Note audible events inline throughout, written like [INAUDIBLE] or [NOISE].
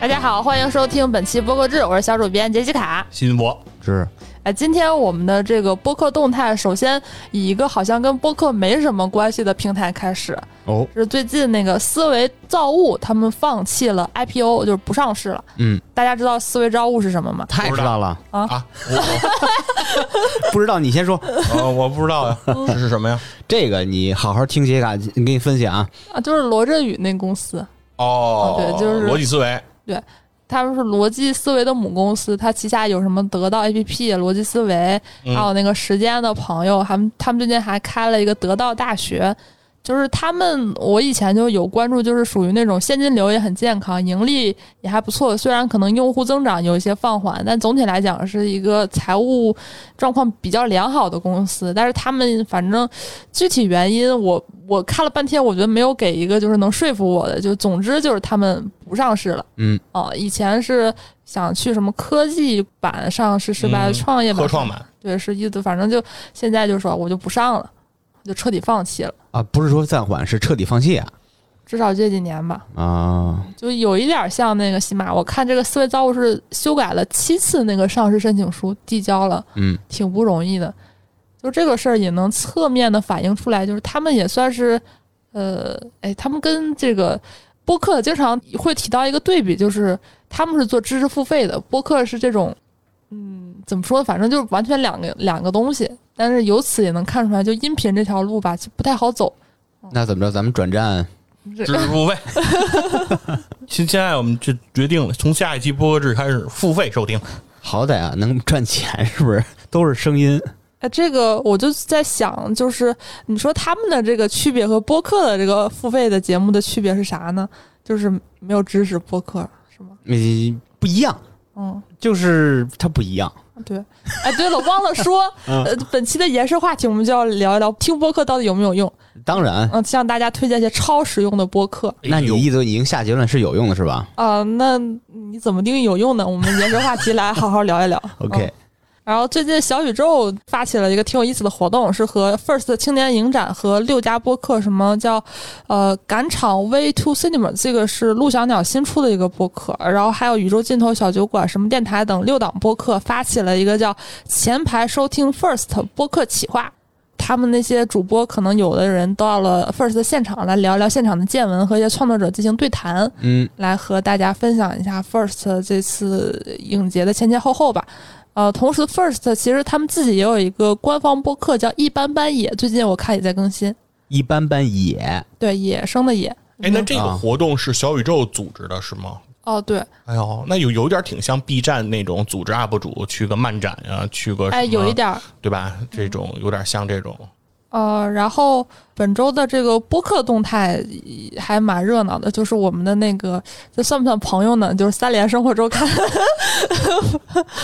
大家好，欢迎收听本期播客制，我是小主编杰西卡。新我是哎，今天我们的这个播客动态，首先以一个好像跟播客没什么关系的平台开始，哦，是最近那个思维造物他们放弃了 IPO，就是不上市了。嗯，大家知道思维造物是什么吗？太不知知道道了，啊，我不知道你 [LAUGHS] 先说我呃我不知道呀，嗯这是什么呀？这个，你好好听杰卡给你分析啊。啊，就是罗振宇那公司，哦，对就是逻辑思维。他们是逻辑思维的母公司，它旗下有什么得到 APP、逻辑思维，嗯还有那个时间的朋友，他们他们最近还开了一个得到大学，就是他们我以前就有关注，就是属于那种现金流也很健康，盈利也还不错，虽然可能用户增长有一些放缓，但总体来讲是一个财务状况比较良好的公司。但是他们反正具体原因我我看了半天，我觉得没有给一个就是能说服我的，就总之就是他们不上市了。嗯，哦，以前是想去什么科技版上市失败，嗯创业版上科创板对，是意思，反正就现在就说我就不上了，我就彻底放弃了，啊，不是说暂缓，是彻底放弃啊至少这几年吧，啊！就有一点像那个喜马。我看这个思维造物是修改了七次那个上市申请书，递交了，嗯，挺不容易的。就这个事儿也能侧面的反映出来，就是他们也算是，呃，哎，他们跟这个播客经常会提到一个对比，就是他们是做知识付费的，播客是这种，嗯，怎么说呢？反正就是完全两个两个东西。但是由此也能看出来，就音频这条路吧，就不太好走。那怎么着？咱们转战这知识付费。 [LAUGHS] 现现在我们就决定了，从下一期播客制开始付费收听。好歹啊，能赚钱是 [LAUGHS] 不是？都是声音，哎，这个我就在想，就是你说他们的这个区别和播客的这个付费的节目的区别是啥呢？就是没有知识播客是吗？你不一样，嗯，就是它不一样。对。哎，对了，忘了说，嗯呃，本期的延伸话题我们就要聊一聊听播客到底有没有用。当然，嗯、向大家推荐一些超实用的播客。哎那你的意思已经下结论是有用的是吧啊、那你怎么定义有用呢？我们延伸话题来好好聊一聊。嗯？OK，然后最近小宇宙发起了一个挺有意思的活动，是和 First 青年影展和六家播客什么叫呃赶场 Way to Cinema，这个是陆小鸟新出的一个播客，然后还有宇宙尽头小酒馆、什么电台等六档播客发起了一个叫前排收听 First 播客企划。他们那些主播可能有的人到了 First 现场来聊聊现场的见闻，和一些创作者进行对谈。嗯，来和大家分享一下 First 这次影节的前前后后吧。呃，同时 First 其实他们自己也有一个官方播客叫《一般般野》，最近我看也在更新，一般般也对，野生的野。嗯哎，那这个啊活动是小宇宙组织的是吗？哦，对，哎呦，那有有点挺像 B 站那种组织 UP 主去个漫展啊，去个哎，什么有一点儿。对吧？这种有点像这种呃，然后本周的这个播客动态呃还蛮热闹的，就是我们的那个，这算不算朋友呢？就是三联生活周刊，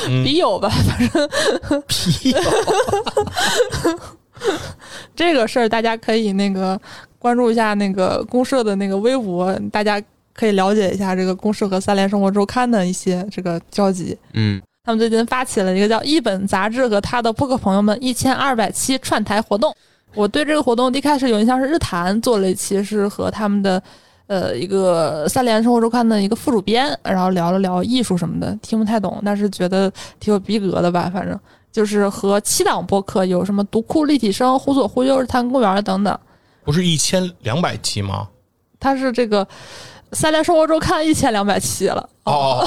嗯 [LAUGHS] 笔友吧，反正笔友。这个事儿大家可以那个关注一下那个公社的那个微博，大家可以了解一下这个公社和三联生活周刊的一些这个交集。嗯，他们最近发起了一个叫“一本杂志”和他的播客朋友们一千二百期串台活动。我对这个活动一开始有印象是日坛做了一期，是和他们的呃一个三联生活周刊的一个副主编，然后聊了聊艺术什么的，听不太懂，但是觉得挺有逼格的吧，反正就是和七档播客有什么独库立体声、忽左忽右、日坛公园等等。不是一千两百期吗？它是这个三联生活周刊一千两百期了，哦，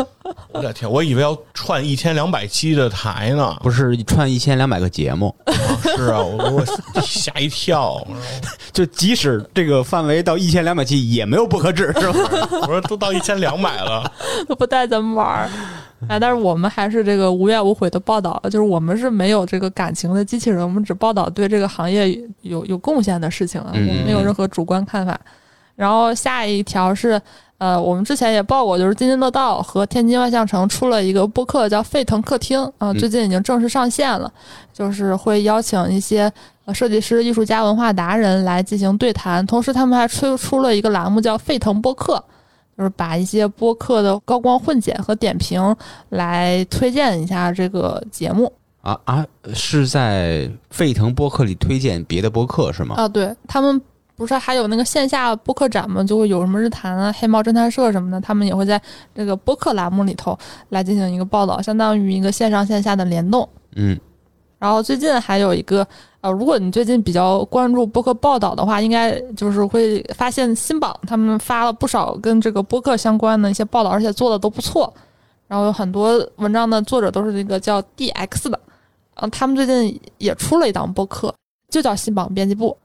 [LAUGHS] 我的天，我以为要串一千两百期的台呢。不是串一千两百个节目，是 [LAUGHS] 啊，我给我吓一跳。就即使这个范围到一千两百期，也没有不可治是吧？我说都到一千两百了，都 [LAUGHS] 不带咱们玩儿。哎，但是我们还是这个无怨无悔的报道，就是我们是没有这个感情的机器人，我们只报道对这个行业有有贡献的事情啊，我嗯嗯们没有任何主观看法。然后下一条是，呃，我们之前也报过，就是津津乐道和天津万象城出了一个播客叫《沸腾客厅》啊、嗯最近已经正式上线了，就是会邀请一些呃设计师、艺术家、文化达人来进行对谈，同时他们还推出了一个栏目叫《沸腾播客》。就是把一些播客的高光混剪和点评来推荐一下这个节目啊啊，是在沸腾播客里推荐别的播客是吗？啊。对他们不是还有那个线下播客展吗？就会有什么日坛啊、黑猫侦探社什么的，他们也会在这个播客栏目里头来进行一个报道，相当于一个线上线下的联动。嗯，然后最近还有一个，呃，如果你最近比较关注播客报道的话，应该就是会发现新榜他们发了不少跟这个播客相关的一些报道，而且做的都不错。然后有很多文章的作者都是那个叫 DX 的，嗯，他们最近也出了一档播客，就叫新榜编辑部，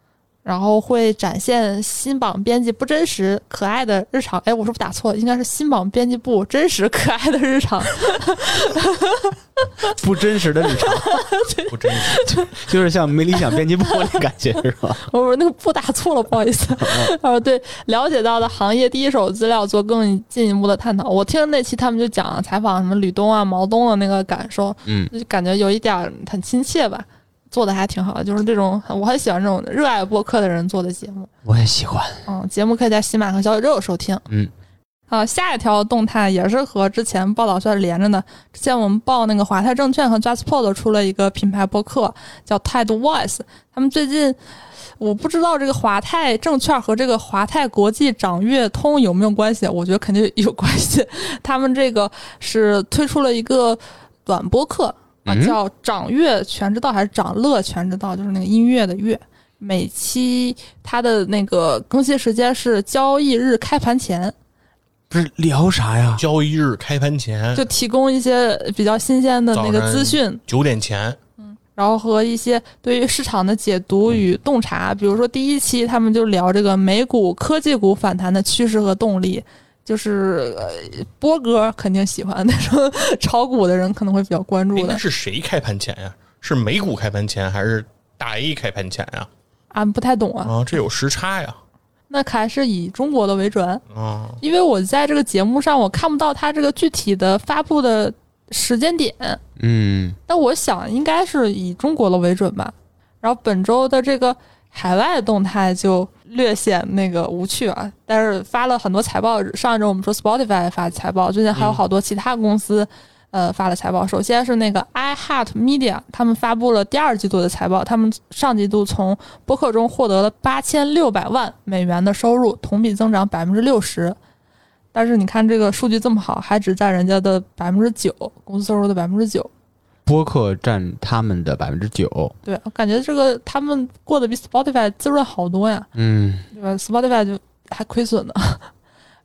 然后会展现新榜编辑不真实可爱的日常。哎，我是不是打错？应该是新榜编辑部真实可爱的日常。不真实的日 [LAUGHS] 常，不真实。就是像没理想编辑部那感觉是吧？我说那个不打错了，不好意思。 [LAUGHS] 啊，对，了解到的行业第一手资料做更进一步的探讨。我听那期他们就讲采访什么吕东啊、毛东的那个感受，嗯，就感觉有一点儿很亲切吧，做的还挺好的。就是这种我很喜欢这种热爱播客的人做的节目。我也喜欢。嗯，节目可以在喜马和小宇宙收听。嗯，啊，下一条动态也是和之前报道算是连着的。之前我们报那个华泰证券和 JustPod 出了一个品牌播客，叫态度 Voice。他们最近我不知道这个华泰证券和这个华泰国际掌阅通有没有关系，我觉得肯定有关系。他们这个是推出了一个短播客。啊，嗯叫掌乐全知道还是掌乐全知道，就是那个音乐的乐。每期它的那个更新时间是交易日开盘前，不是聊啥呀？交易日开盘 [LAUGHS] 前就提供一些比较新鲜的那个资讯，九点前，然后和一些对于市场的解读与洞察。比如说第一期他们就聊这个美股科技股反弹的趋势和动力，就是、呃、波哥肯定喜欢那种 [LAUGHS] 炒股的人可能会比较关注应的哎该。是谁开盘前呀、是美股开盘前还是大 A 开盘前呀、俺不太懂啊？啊，这有时差呀、那还是以中国的为准。啊！因为我在这个节目上我看不到它这个具体的发布的时间点，嗯，但我想应该是以中国的为准吧。然后本周的这个海外动态就略显那个无趣啊，但是发了很多财报。上一周我们说 Spotify 发财报，最近还有好多其他公司。呃，发了财报。首先是那个 iHeart Media，他们发布了第二季度的财报。他们上季度从播客中获得了八千六百万美元的收入，同比增长百分之六十。但是你看这个数据这么好，还只占人家的百分之九，公司收入的百分之九。播客占他们的百分之九。对，我感觉这个他们过得比 Spotify 滋润好多呀，嗯，对吧？Spotify 就还亏损呢。 [LAUGHS]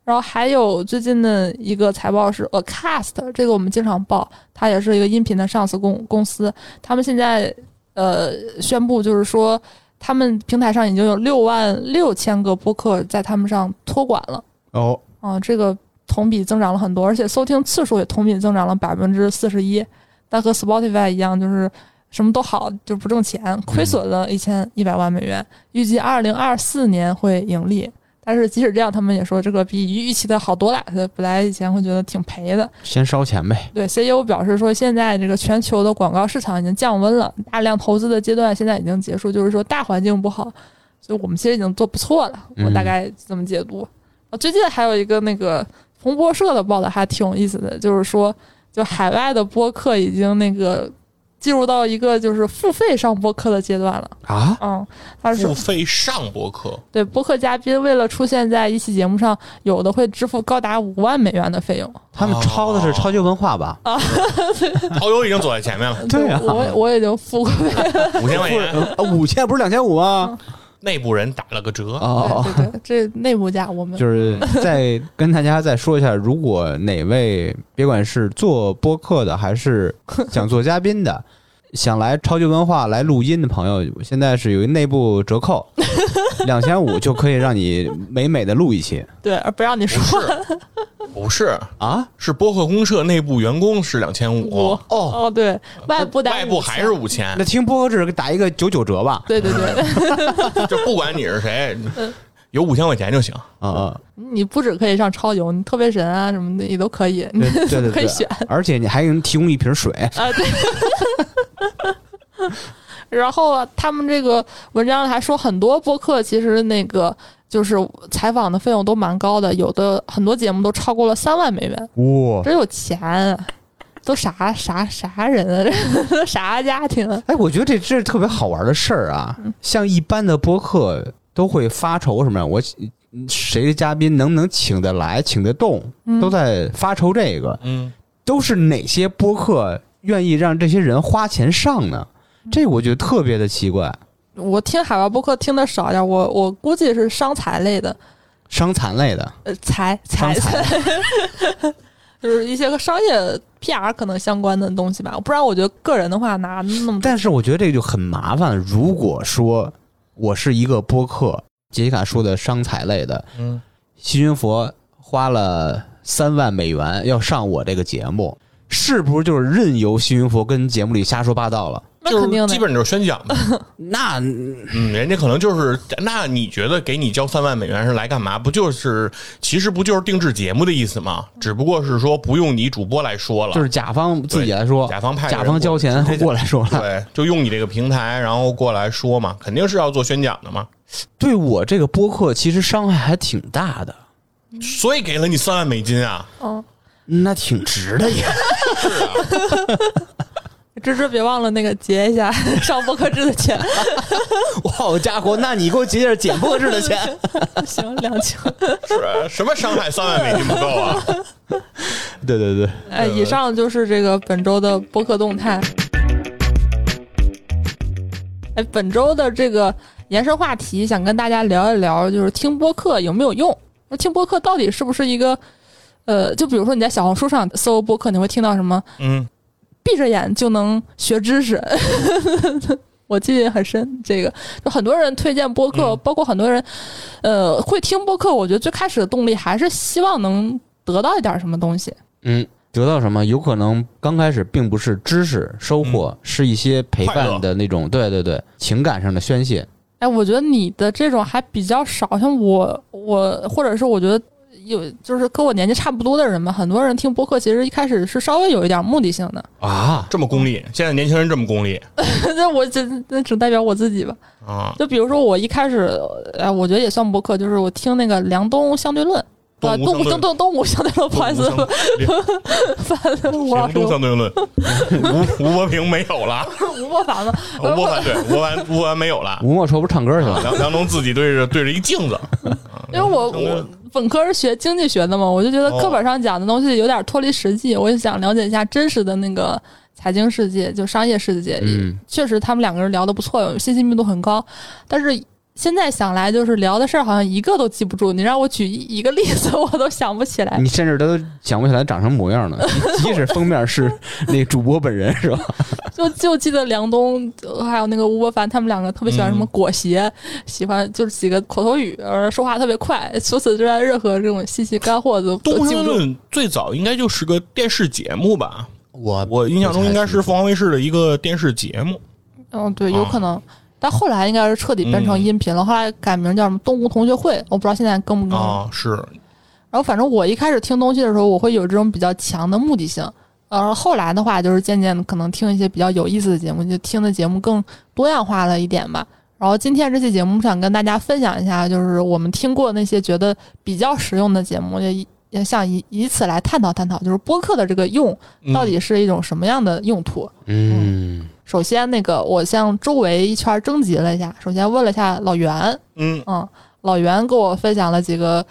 然后还有最近的一个财报是 Acast，这个我们经常报，它也是一个音频的上市公公司，他们现在呃宣布就是说，他们平台上已经有六万六千个播客在他们上托管了。哦，啊，这个同比增长了很多，而且收听次数也同比增长了百分之四十一。但和 Spotify 一样，就是什么都好，就不挣钱，亏损了一千一百万美元，预计二零二四年会盈利。但是即使这样，他们也说这个比预期的好多了。本来以前会觉得挺赔的，先烧钱呗。对 CEO 表示说，现在这个全球的广告市场已经降温了，大量投资的阶段现在已经结束，就是说大环境不好，所以我们其实已经做不错了。嗯我大概这么解读。啊，最近还有一个那个彭博社的报道还挺有意思的，就是说，就海外的播客已经那个进入到一个就是付费上播客的阶段了。啊，嗯，他是付费上播客，对播客嘉宾为了出现在一期节目上，有的会支付高达五万美元的费用。他们抄的是超级文化吧？遨游已经走在前 [LAUGHS] 面了，对啊我我已经付过费五千块钱，啊五千不是两千五啊吗？内部人打了个折，哦，对对对，这内部价我们就是再跟大家再说一下，如果哪位别管是做播客的，还是想做嘉 [LAUGHS] 宾的，想来超级文化来录音的朋友，现在是有一内部折 [LAUGHS] 扣，两千五就可以让你美美的录一期对，而不让你不说是，不是，啊！是播客公社内部员工是两千五我，哦，对，外部打外部还是5000五千 [LAUGHS] 那，听播客制打一个九九折吧？对对对， [LAUGHS] 就不管你是谁，嗯有五千块钱就行。[LAUGHS] 啊啊，你不只可以上超游，你特别神啊什么的也都可以，你对对对可以对选，而且你还能提供一瓶水。啊对。 [LAUGHS] 然后啊他们这个文章还说，很多播客其实那个就是采访的费用都蛮高的，有的很多节目都超过了三万美元，哇！真有钱啊，都啥啥啥人啊，这 [LAUGHS] 啥家庭啊？哎，我觉得这这是特别好玩的事儿啊！像一般的播客，都会发愁什么呀？我谁的嘉宾能不能请得来、请得动，嗯都在发愁这个。嗯，都是哪些播客愿意让这些人花钱上呢？这我觉得特别的奇怪。我听海外播客听的少点儿，我我估计是伤财类的，伤残类的，呃，财伤财残 [LAUGHS] 就是一些个商业 PR 可能相关的东西吧。不然我觉得个人的话拿那么多 [LAUGHS] 但是我觉得这个就很麻烦。如果说我是一个播客，杰西卡说的伤财类的，嗯，细菌佛花了三万美元要上我这个节目，是不是就是任由细菌佛跟节目里瞎说八道了？那就肯定是的基，本就是 [LAUGHS] 宣讲嘛。那嗯，人家可能就是，那你觉得给你交三万美元是来干嘛？不就是其实不就是定制节目的意思吗？只不过是说不用你主播来说了，就是甲方自己来说，甲方派人甲方交钱过来过来说了。对，就用你这个平台，然后过来说嘛，肯定是要做宣讲的嘛。对我这个播客其实伤害还挺大的，所以给了你三万美 [LAUGHS] 金啊，嗯，那挺值的 [LAUGHS] 呀。芝芝别忘了那个结一下 [LAUGHS] 上播客制的钱，好家伙，那你给我结点剪播制的钱。 [LAUGHS] 行，两千。是啊什么伤害三万美金不够啊？对对对，哎，以上就是这个本周的播客动态。哎，本周的这个延伸话题，想跟大家聊一聊，就是听播客有没有用？那听播客到底是不是一个？呃，就比如说你在小红书上搜播客，你会听到什么？嗯，闭着眼就能学知识。 [LAUGHS] 我记得很深，这个就很多人推荐播客，嗯包括很多人，呃，会听播客。我觉得最开始的动力还是希望能得到一点什么东西。嗯，得到什么？有可能刚开始并不是知识收获，是一些陪伴的那种，对对对，情感上的宣泄。哎，我觉得你的这种还比较少，像我，我或者是我觉得有，就是跟我年纪差不多的人嘛，很多人听播客其实一开始是稍微有一点目的性的。 [LAUGHS] 啊，这么功利，现在年轻人这么功利那我只那只代表我自己吧。啊？就比如说我一开始，哎，我觉得也算播客，就是我听那个梁东相对论。啊，动动物物动相对动动物相对论，不好意思，动物翻了吴老梁师，东相对论，吴吴伯平没有了，吴莫凡吗？吴伯凡对吴凡吴凡没有了， [LAUGHS] 吴莫愁不唱歌去了？梁梁东自己对着对着一镜子，因为我嗯相对论我本科是学经济学的嘛，我就觉得哦课本上讲的东西有点脱离实际，我就想了解一下真实的那个财经世界，就商业世界。嗯确实，他们两个人聊的不错，信息密度很高，但是。现在想来，就是聊的事儿好像一个都记不住。你让我举一一个例子，我都想不起来嗯嗯你。甚至都想不起来长什么模样了，即使封面是那主播本人是吧？就就记得梁冬呃还有那个吴伯凡，他们两个特别喜欢什么嗯裹挟，喜欢就是几个口头语，而说话特别快。除此之外，任何这种信息干货都动都物记相不对住。论最早应该就是个电视节目吧？我我印象中应该是凤凰卫视的一个电视节目。嗯，对，有可能。但后来应该是彻底变成啊嗯音频了，后来改名叫什么“动物同学会”，我不知道现在更不更。啊，是，然后反正我一开始听东西的时候，我会有这种比较强的目的性。呃，后来的话就是渐渐的可能听一些比较有意思的节目，就听的节目更多样化了一点吧。然后今天这期节目想跟大家分享一下，就是我们听过那些觉得比较实用的节目，也也想以以此来探讨探讨，就是播客的这个用嗯到底是一种什么样的用途。 [LAUGHS] 嗯，首先，那个我向周围一圈征集了一下，首先问了一下老袁，嗯嗯，老袁给我分享了几个，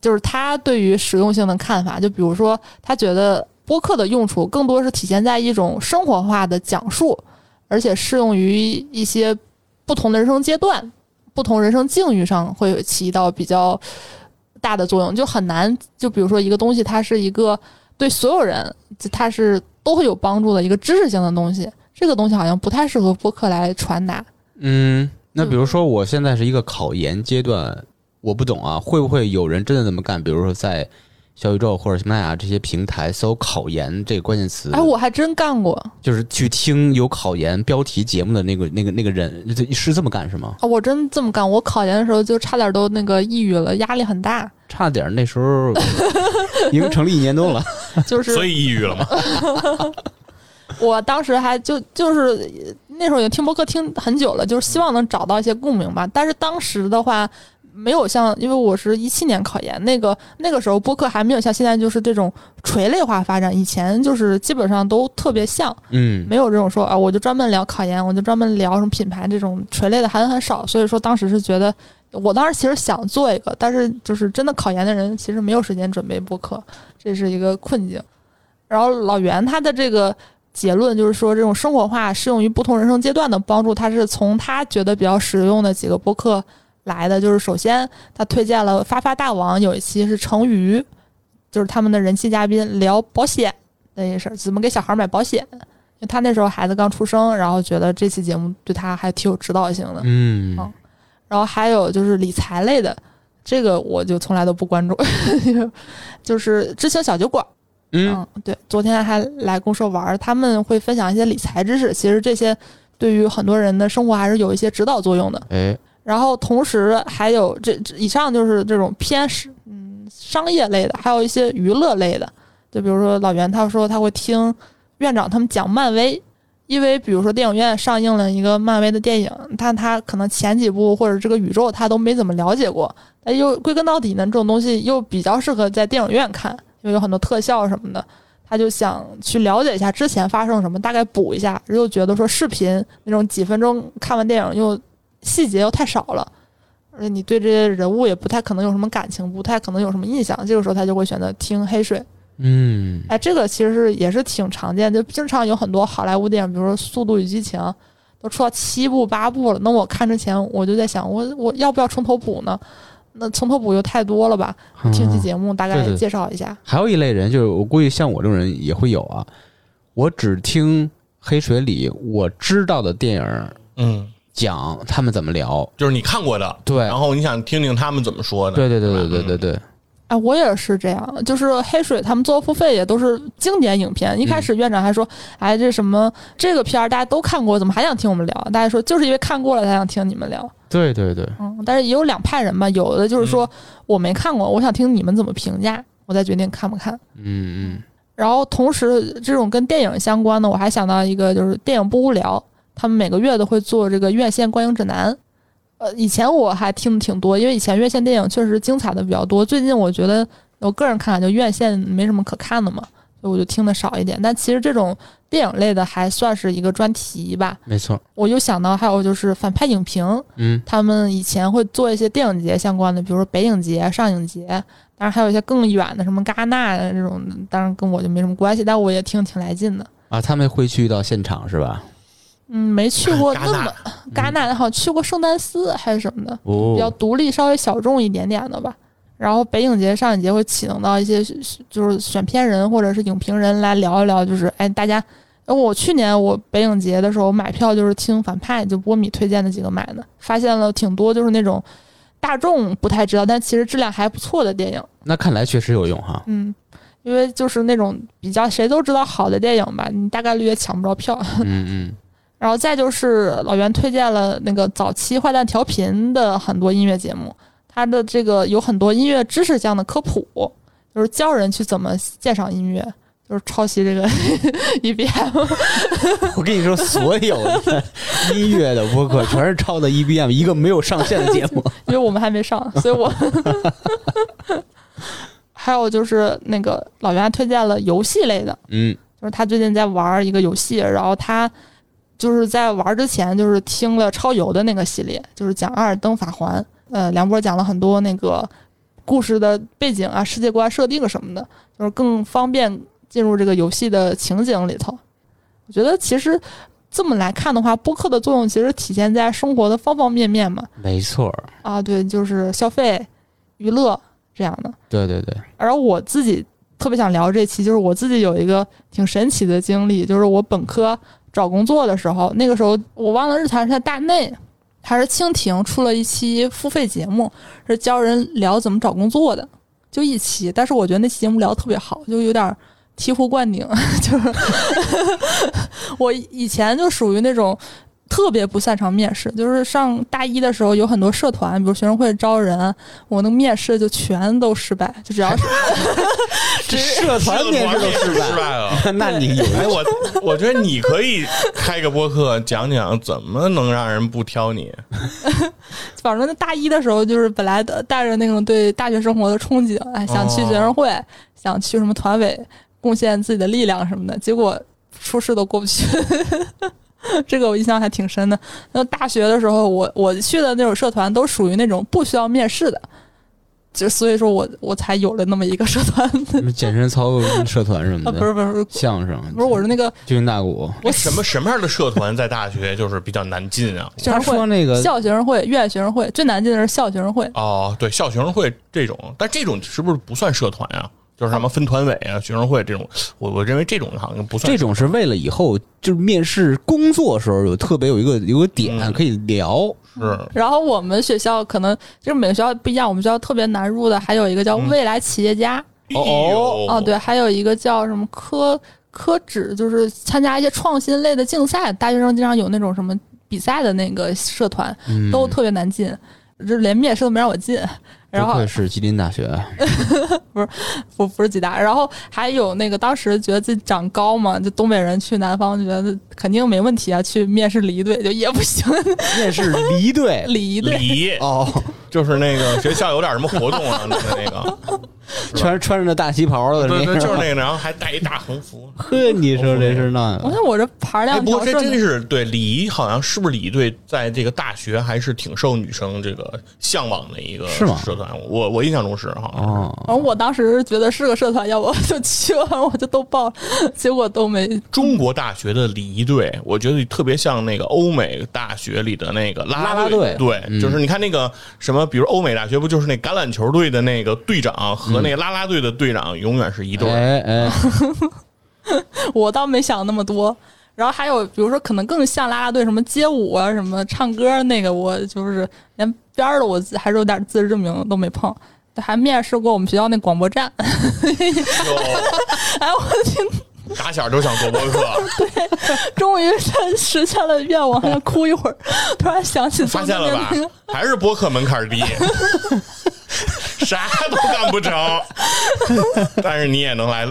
就是他对于实用性的看法。就比如说，他觉得播客的用处更多是体现在一种生活化的讲述，而且适用于一些不同的人生阶段、不同人生境遇上会有起到比较大的作用。就很难，就比如说一个东西，它是一个对所有人，就它是都会有帮助的一个知识性的东西。这个东西好像不太适合播客来传达。嗯，那比如说我现在是一个考研阶段，我不懂啊，会不会有人真的这么干？比如说在小宇宙或者喜马拉雅这些平台搜“考研”这个关键词，哎，我还真干过。就是去听有考研标题节目的那个那个那个人，是这么干是吗？啊，我真这么干。我考研的时候就差点都那个抑郁了，压力很 [LAUGHS] 大，差点那时候已经成立一年多了，就所是以抑郁了嘛。我当时还就就是那时候也听播客听很久了，就是希望能找到一些共鸣吧。但是当时的话，没有像因为我是一七年考研，那个那个时候播客还没有像现在就是这种垂类化发展，以前就是基本上都特别像， [LAUGHS] 嗯没有这种说啊，我就专门聊考研，我就专门聊什么品牌这种垂类的还很少，所以说当时是觉得我当时其实想做一个，但是就是真的考研的人其实没有时间准备播客，这是一个困境。然后老袁他的这个结论就是说，这种生活化适用于不同人生阶段的帮助，他是从他觉得比较实用的几个播客来的。就是首先他推荐了发发大王有一期是成瑜，就是他们的人气嘉宾聊保险那些事儿，怎么给小孩买保险。因为他那时候孩子刚出生，然后觉得这期节目对他还挺有指导性的。嗯好然后还有就是理财类的，这个我就从来都不关注， [LAUGHS] 就是知行小酒馆，嗯嗯，对，昨天还来公社玩儿，他们会分享一些理财知识，其实这些对于很多人的生活还是有一些指导作用的。哎然后同时还有这这以上就是这种偏是嗯商业类的，还有一些娱乐类的，就比如说老袁他说他会听院长他们讲漫威，因为比如说电影院上映了一个漫威的电影，但他可能前几部或者这个宇宙他都没怎么了解过，但又归根到底呢，这种东西又比较适合在电影院看，因为有很多特效什么的。他就想去了解一下之前发生了什么，大概补一下，又觉得说视频那种几分钟看完电影又细节又太少了，而且你对这些人物也不太可能有什么感情，不太可能有什么印象。这个时候他就会选择听黑水。嗯哎，这个其实是也是挺常见，就经常有很多好莱坞电影，比如说《速度与激情》，都出到七部八部了。那我看之前我就在想，我我要不要从头补呢？那从头补又太多了吧？听期嗯节目大对概对介绍一下。还有一类人，就是我估计像我这种人也会有啊。我只听黑水里我知道的电影嗯，讲他们怎么聊，就是你看过的，对嗯然后你想听听他们怎么说的，对对对是吧对对对对，哎，我也是这样，就是黑水他们做付费也都是经典影片。一开始院长还说：“哎，这什么这个片儿大家都看过，怎么还想听我们聊？”大家说就是因为看过了才想听你们聊。对对对，嗯，但是也有两派人吧，有的就是说、我没看过，我想听你们怎么评价，我再决定看不看。嗯嗯然后同时，这种跟电影相关的，我还想到一个，就是电影不无聊，他们每个月都会做这个院线观影指南。呃，以前我还听的挺多，因为以前院线电影确实精彩的比较多。最近我觉得，我个人看来就院线没什么可看的嘛，所以我就听的少一点。但其实这种电影类的还算是一个专题吧。没错，我又想到还有就是反派影评，嗯他们以前会做一些电影节相关的，比如说北影节、上影节，当然还有一些更远的，什么戛纳啊这种，当然跟我就没什么关系，但我也听挺来劲的。啊，他们会去到现场是吧？嗯，没去 [LAUGHS] 过戛那纳嗯么戛纳，好像去过圣丹斯还是什么的，比较哦，独立、稍微小众一点点的吧。然后北影节、上影节会启动到一些就是选片人或者是影评人来聊一聊，就是哎，大家，呃我去年我北影节的时候买票就是听反派，就波米推荐的几个买的，发现了挺多就是那种大众不太知道，但其实质量还不错的电影，那看来确实有用哈。嗯。因为就是那种比较谁都知道好的电影吧，你大概率也抢不着票。嗯嗯，然后再就是老袁推荐了那个早期坏蛋调频的很多音乐节目，他的这个有很多音乐知识项的科普，就是教人去怎么鉴赏音乐，就是抄袭这个 [LAUGHS] E EBM。我跟你说，所有的音乐的播客全是抄的 EBM 一个没有上线的节目。因为我们还没上，所以我还有就是那个老袁还推荐了游戏类的，嗯就是他最近在玩一个游戏，然后他就是在玩之前就是听了超游的那个系列，就是讲《阿尔登法环》。呃，梁波讲了很多那个故事的背景啊、世界观设定什么的，就是更方便进入这个游戏的情景里头。我觉得其实这么来看的话，播客的作用其实体现在生活的方方面面嘛。没错，啊，对，就是消费、娱乐这样的。对对对，而我自己特别想聊这期，就是我自己有一个挺神奇的经历，就是我本科找工作的时候，那个时候我忘了日坛是在大内还是蜻蜓出了一期付费节目，是教人聊怎么找工作的，就一期，但是我觉得那期节目聊得特别好，就有点儿醍醐灌顶， [LAUGHS] 就是我以前就属于那种。特别不擅长面试，就是上大一的时候有很多社团，比如学生会招人，我那个面试就全都失败，就只要是 [LAUGHS] 这社 [LAUGHS] 团面试都失失败。败了。 [LAUGHS] 那你有哎，我我觉得你可以开个播客，讲讲怎么能让人不挑你。反正大一的时候，就是本来的带着那种对大学生活的憧憬，哎，想哦去学生会，想去什么团委，贡献自己的力量什么的，结果初试都过不去。 [LAUGHS] 这个我印象还挺深的。那大学的时候，我我去的那种社团都属于那种不需要面试的，就所以说我我才有了那么一个社团什么健身操社团什 [LAUGHS] 么啊，不的，是不是相声不是，我是那个军大鼓。我什么什么样的社团在大学就是比较难进啊？学他生说会、那个校学生会、院学生会，最难进的是校学生会。哦，对，校学生会这种，但这种是不是不算社团啊？就是什么分团委啊、学生会这种，我我认为这种好像不算。这种是为了以后就是面试工作时候有特别有一个有个点嗯可以聊，是 [LAUGHS] 然后我们学校可能就是每个学校不一样，我们学校特别难入的还有一个叫嗯未来企业家，哦哦，对，，还有一个叫什么科科指，就是参加一些创新类的竞赛，大学生经常有那种什么比赛的那个社团，嗯都特别难进，就是连面试都没让我进。然不后愧是吉林 [LAUGHS] 大学， [LAUGHS] 不不是几大，然后还有那个当时觉得自己长高嘛，就东北人去南方觉得肯定没问题啊，去面试离队就也不行，面试 [LAUGHS] 离队离队礼哦，就是那个学校有点什么活动啊，那个那个，穿穿着大旗袍 [LAUGHS] 的对那对，个，就是那个，然后还带一大横幅。 [LAUGHS] 呵，你说这是那我看我这牌哎，量不条过这顺真的，是对礼仪，好像是不是礼仪队在这个大学还是挺受女生这个向往的一个是吗社团，我我印象中是哈。哦，然后我当时觉得是个社团，要不我 [LAUGHS] 就去了，我就都报了，结果都没中国大学的礼仪队，我觉得特别像那个欧美大学里的那个啦啦啦队队。对，嗯就是你看那个什么，比如欧美大学不就是那橄榄球队的那个队长和那个啦啦队的队长永远是一对儿。嗯哎哎，我倒没想那么多。然后还有，比如说，可能更像啦啦队，什么街舞啊，什么唱歌那个，我就是连边儿的我自还是有点自知之明都没碰。还面试过我们学校那广播站， [LAUGHS] 就哎，我听，打小就想做播客，终于实现了愿望，想哭一会儿。突然想起发曾现经了的吧那个，？还是播客门槛 [LAUGHS] 低，啥都干不成，但是你也能来。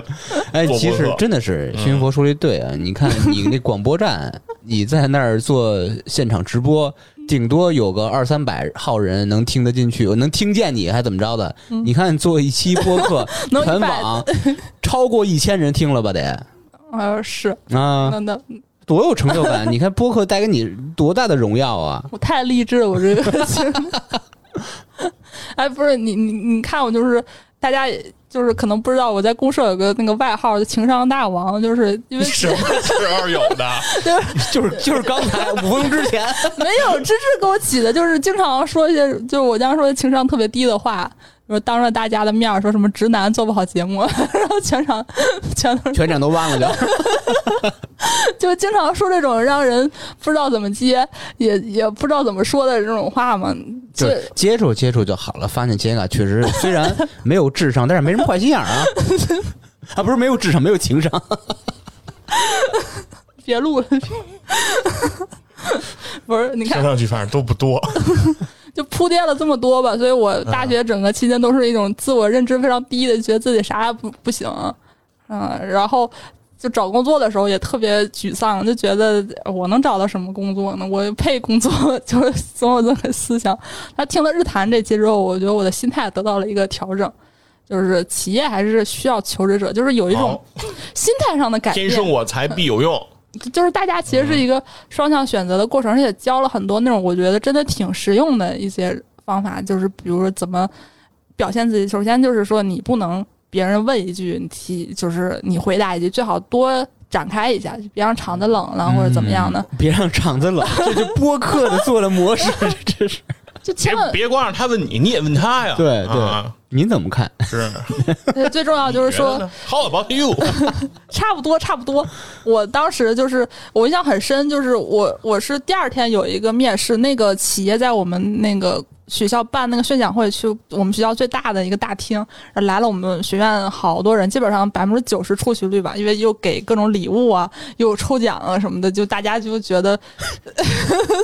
哎，做播其实客真的是新佛说的对啊！你 [LAUGHS] 看你那广播站，你在那儿做现场直播，顶多有个二三百号人能听得进去，能听见你还怎么着的？你看做一期播客，嗯 [LAUGHS] 能全一百网超过一千人听了吧得啊，是，啊，那那多有成就感！你看播客带给你多大的荣耀啊！我太励志了，我这个 [LAUGHS] 真的。哎，不是你你你看我就是大家也就是可能不知道我在公社有个那个外号叫情商大王，就是因为什么时候有的？ [LAUGHS] 就是就是刚才五分钟之前，没有芝芝给我起的，就是经常说一些就是我刚说的情商特别低的话，就是当着大家的面儿说什么直男做不好节目， [LAUGHS] 然后全场全都是 [LAUGHS] 全场都忘了就。就经常说这种让人不知道怎么接，也也不知道怎么说的这种话嘛，就就是接触接触就好了。发现杰嘎 [LAUGHS] 确实虽然没有智商，但是没什么坏心眼儿啊。啊，不是没有智商，没有情商。别录了。 [LAUGHS] 不是，你看听上去反正都不多。就铺垫了这么多吧，所以我嗯大学整个期间都是一种自我认知非常低的，觉得自己啥也不不行，嗯，然后就找工作的时候也特别沮丧，就觉得我能找到什么工作呢？我配工作 [LAUGHS] 就是总有这个思想。他听了日坛这期之后，我觉得我的心态得到了一个调整，就是企业还是需要求职者，就是有一种好心态上的改变天。生我材必有用。就是大家其实是一个双向选择的过程，而且教了很多那种我觉得真的挺实用的一些方法，就是比如说怎么表现自己。首先就是说你不能别人问一句，你提就是你回答一句，最好多展开一下，别让场子冷了或者怎么样的，嗯别让场 [LAUGHS] 子冷，这就播客的做的模式，这是。就别千万。别光让他问你，你也问他呀。对对啊、您怎么看？是。对呃最重要就是说。 ，How about you？差不多，差不多。 [LAUGHS] 我当时就是我印象很深，就是我我是第二天有一个面试，那个企业在我们那个学校办那个宣讲会，去我们学校最大的一个大厅，然后来了我们学院好多人，基本上百分之九十出席率吧，因为又给各种礼物啊，又有抽奖啊什么的，就大家就觉得 [LAUGHS]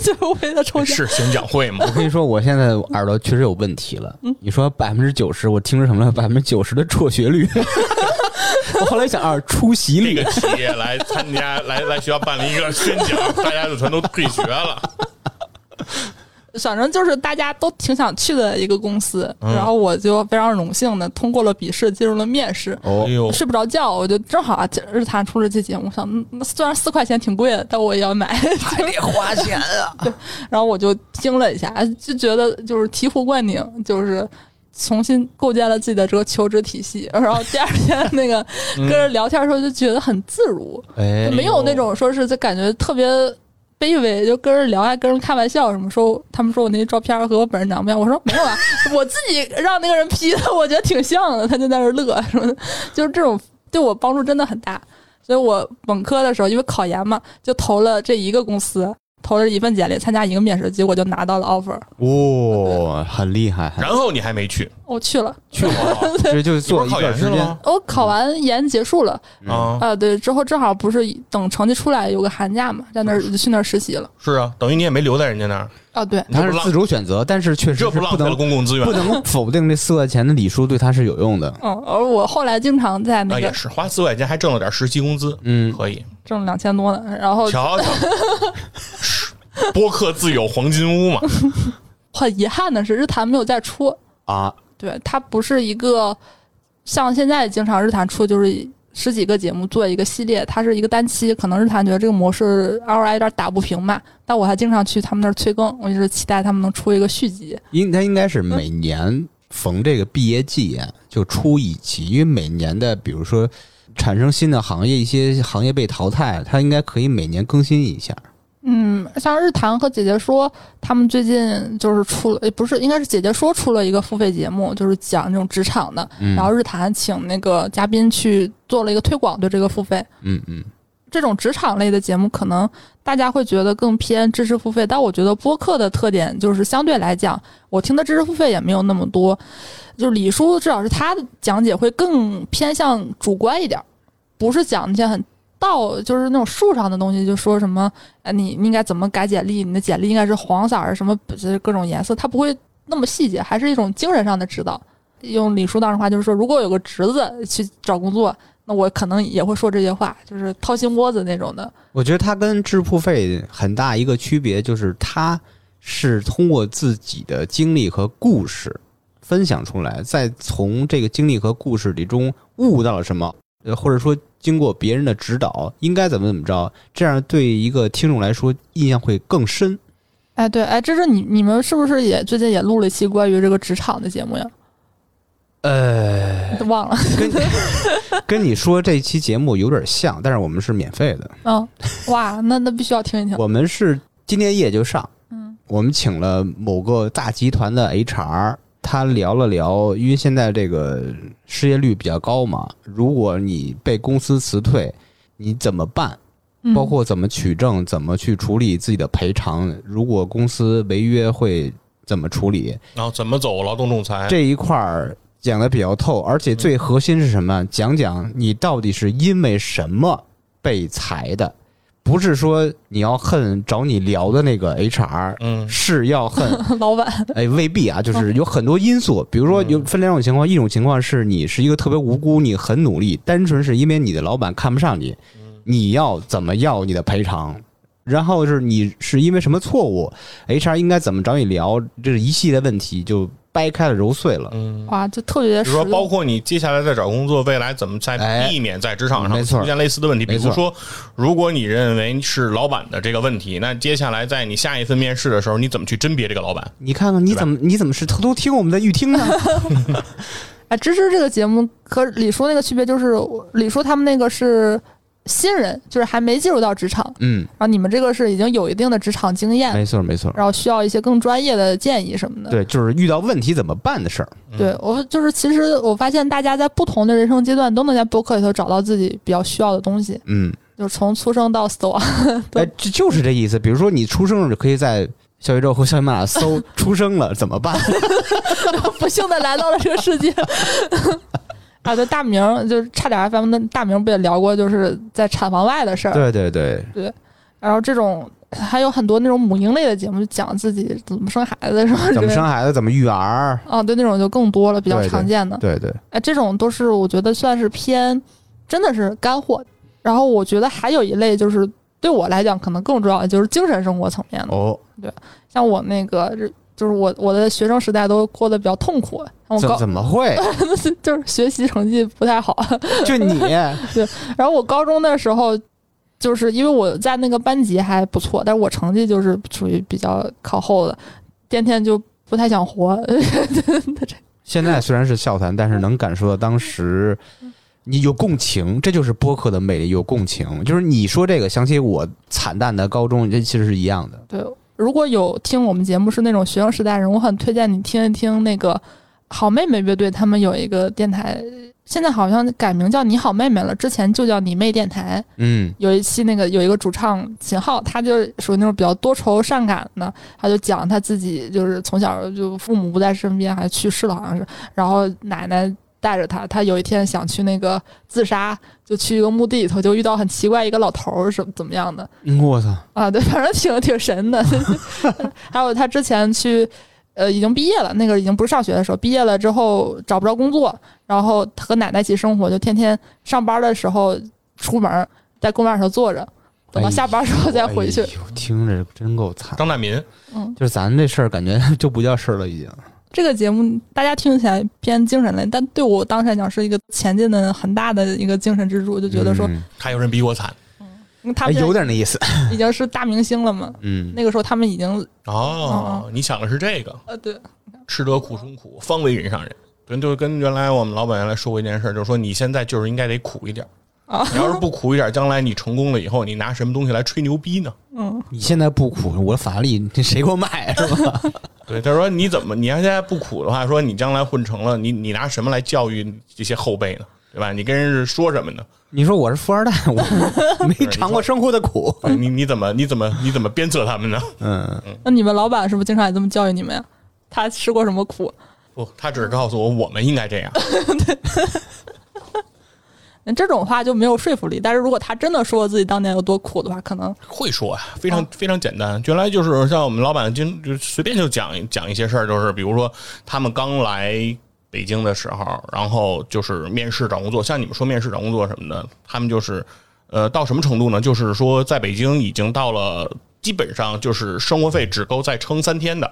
就为了抽奖。是宣讲会吗 [LAUGHS] 我？跟你说，我现在耳朵确实有问题了。嗯你说百分之九十，我听出什么了？百分之九十的辍学率。 [LAUGHS] 我后来想啊，出席这率个企业来参加，来来学校办了一个宣讲，大家就全都退学了。反正就是大家都挺想去的一个公司，嗯然后我就非常荣幸的通过了笔试，进入了面试。哎哦，呦，睡不着觉，我就正好啊，日坛出了这节目，我想，嗯那虽然四块钱挺贵的，但我也要买，还得花钱 [LAUGHS] 啊！然后我就听了一下，就觉得就是醍醐灌顶，就是重新构建了自己的这个求职体系。然后第二天那个跟人聊天的时候，就觉得很自如，哎就，没有那种说是就感觉特别卑微，就跟人聊啊，跟人开玩笑什么。说他们说我那些照片和我本人长不像，我说没 [LAUGHS] 有啊，我自己让那个人 P 的，我觉得挺像的。他就在那儿乐什么的，就是这种对我帮助真的很大。所以我本科的时候，因为考研嘛，就投了这一个公司，投了一份简历，参加一个面试，结果就拿到了 offer。哇，哦很厉害，然后你还没去，我哦去了，去了这就做一考段研去时了间吗？我哦考完研结束了，嗯啊，啊，对，之后正好不是等成绩出来有个寒假嘛，在那儿就去那儿实习了。是啊，等于你也没留在人家那儿，啊，对，你这他不是浪自主选择，但是确实这是不浪不费了能公共资源啊不能否定这四块钱的礼数对他是有用的。嗯，而我后来经常在啊？那也个是花四块钱还挣了点实习工资，嗯，可以。挣两千多呢，然后瞧瞧，是播客自有黄金屋嘛？很遗憾的是，日坛没有再出，啊，对，它不是一个像现在经常日坛出就是。十几个节目做一个系列，它是一个单期，可能日坛觉得这个模式 ROI 有点打不平吧，但我还经常去他们那儿催更，我就是期待他们能出一个续集。应他应该是每年逢这个毕业季啊，就出一期，因为每年的比如说产生新的行业，一些行业被淘汰，他应该可以每年更新一下。嗯，像日坛和姐姐说，他们最近就是出了，诶不是，应该是姐姐说出了一个付费节目，就是讲这种职场的。嗯然后日坛请那个嘉宾去做了一个推广，对这个付费嗯嗯，这种职场类的节目，可能大家会觉得更偏知识付费，但我觉得播客的特点就是相对来讲，我听的知识付费也没有那么多。就是李叔至少是他的讲解会更偏向主观一点儿，不是讲那些很道，就是那种树上的东西，就说什么呃你你应该怎么改简历，你的简历应该是黄色儿什么就是各种颜色，他不会那么细节，还是一种精神上的指导。用李叔当时话就是说，如果有个侄子去找工作，那我可能也会说这些话，就是掏心窝子那种的。我觉得他跟知识付费很大一个区别就是，他是通过自己的经历和故事分享出来，再从这个经历和故事里中悟到了什么，呃，或者说经过别人的指导，应该怎么怎么着，这样对一个听众来说印象会更深。哎，对，哎，这是你你们是不是也最近也录了一期关于这个职场的节目呀？呃，都忘了， [LAUGHS] 跟跟你说这期节目有点像，但是我们是免费的，嗯，哇，那那必须要听一听。我们是今天夜就上。嗯，我们请了某个大集团的 HR，他聊了聊，因为现在这个失业率比较高嘛，如果你被公司辞退，你怎么办？嗯包括怎么取证，怎么去处理自己的赔偿，如果公司违约会怎么处理？然后怎么走劳动仲裁？这一块儿讲的比较透，而且最核心是什么？讲讲你到底是因为什么被裁的，不是说你要恨找你聊的那个 HR，嗯是 [LAUGHS] 要恨嗯老板，哎，未必啊，就是有很多因素，比如说有分两种情况，一种情况是你是一个特别无辜，你很努力，单纯是因为你的老板看不上你，你要怎么要你的赔偿？然后是你是因为什么错误，HR 应该怎么找你聊，这是一系列问题就掰开了揉碎了。嗯，哇，就特别比实如说，用。包括你接下来在找工作，未来怎么在哎避免在职场上没错出现类似的问题？比没错如说，如果你认为是老板的这个问题，那接下来在你下一份面试的时候，你怎么去甄别这个老板？你看看你怎么你怎么是偷偷听我们的预 [LAUGHS] 听呢？哎，芝芝这个节目和李叔那个区别就是，李叔他们那个是新人，就是还没进入到职场，嗯，然后你们这个是已经有一定的职场经验，没错没错，然后需要一些更专业的建议什么的。对，就是遇到问题怎么办的事儿。对我就是，其实我发现大家在不同的人生阶段都能在播客里头找到自己比较需要的东西，嗯，就是从出生到死亡。 [LAUGHS] 对哎，这就是这意思。比如说，你出生就可以在小宇宙和小马拉雅搜 [LAUGHS] 出生了怎么办？不幸的来到了这个世界。 [LAUGHS] 啊，对，大明儿就是差点 FM 的大明儿不也聊过，就是在产房外的事儿。 [LAUGHS] 对对对，然后这种还有很多那种母婴类的节目，就讲自己怎么生孩子什么之怎类么的生。孩子，怎么育儿？啊，对，那种就更多了，比较对对常见的。对对，哎，这种都是我觉得算是偏，真的是干货。然后我觉得还有一类就是。对我来讲可能更重要的就是精神生活层面的。哦，像我那个就是我我的学生时代都过得比较痛苦，像我怎高怎么会？ [LAUGHS] [LAUGHS] 就是学习成绩不太好，就你，然后我高中的时候。就是因为我在那个班级还不错，但是我成绩就是属于比较靠后的，天天就不太想活。现在虽然是笑谈，但是能感受到当时你有共情，这就是播客的魅力，有共情。就是你说这个，想起我惨淡的高中，这其实是一样的。对，如果有听我们节目是那种学生时代人，我很推荐你听一听那个好妹妹乐队，他们有一个电台，现在好像改名叫你好妹妹了，之前就叫你妹电台。嗯，有一期那个有一个主唱秦昊，他就属于那种比较多愁善感的，他就讲他自己就是从小就父母不在身边，还去世了好像是，然后奶奶。带着他，他有一天想去那个自杀，就去一个墓地里头，就遇到很奇怪一个老头儿，什么怎么样的，嗯我操，啊，对，反正挺挺神的。 [LAUGHS] 还有他之前去，呃，已经毕业了，那个已经不是上学的时候，毕业了之后找不着工作，然后他和奶奶一起生活，就天天上班的时候出门，在公园上坐着，等到下班之后再回去。嗯哎呦听着真够惨，张大民，就是咱这事儿感觉 [LAUGHS] 就不叫事儿了，已经。这个节目大家听起来偏精神类，但对我当时来讲是一个前进的很大的一个精神支柱，就觉得说、嗯还有人比我惨嗯他哎们有现点那意思。 [LAUGHS] 在已经是大明星了嘛。嗯，那个时候他们已经哦。你想的是这个，呃，对，吃得苦中苦，方为人上人。跟就跟原来我们老板原来说过一件事，就是说你现在就是应该得苦一点啊。你要是不苦一点，将来你成功了以后，你拿什么东西来吹牛逼呢？嗯，你现在不苦，我的法拉利这谁给我买啊 [LAUGHS] 是吧？对，他说你怎么，你要现在不苦的话，说你将来混成了，你你拿什么来教育这些后辈呢？对吧？你跟人是说什么呢？你说我是富二代，我 [LAUGHS] 没尝过生活 [LAUGHS] 的苦。对你你怎么你怎么你怎么鞭策他们呢？嗯，那你们老板是不是经常也这么教育你们呀？他吃过什么苦？不，哦他只是告诉我我们应该这样。那这种话就没有说服力。但是如果他真的说自己当年有多苦的话，可能会说呀、非哦常、非常简单。原来就是像我们老板经就随便就讲讲一些事儿，就是比如说他们刚来北京的时候，然后就是面试找工作，像你们说面试找工作什么的，他们就是呃到什么程度呢？就是说在北京已经到了基本上就是生活费只够再撑三天的，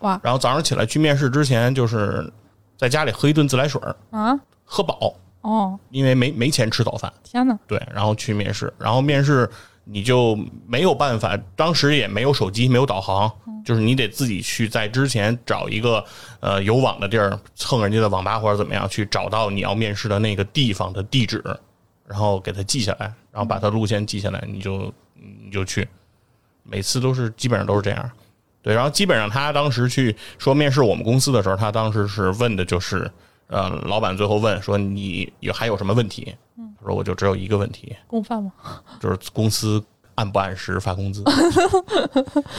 哇然后早上起来去面试之前，就是在家里喝一顿自来水儿，啊，喝饱，哦，因为没没钱吃早饭。天哪，对，然后去面试，然后面试你就没有办法，当时也没有手机，没有导航，就是你得自己去在之前找一个呃有网的地儿，蹭人家的网吧或者怎么样，去找到你要面试的那个地方的地址，然后给它记下来，然后把它路线记下来，你就你就去，每次都是基本上都是这样。对，然后基本上他当时去说面试我们公司的时候，他当时是问的就是，呃，老板最后问说你有还有什么问题？他说我就只有一个问题，共犯吗？就是公司按不按时发工资。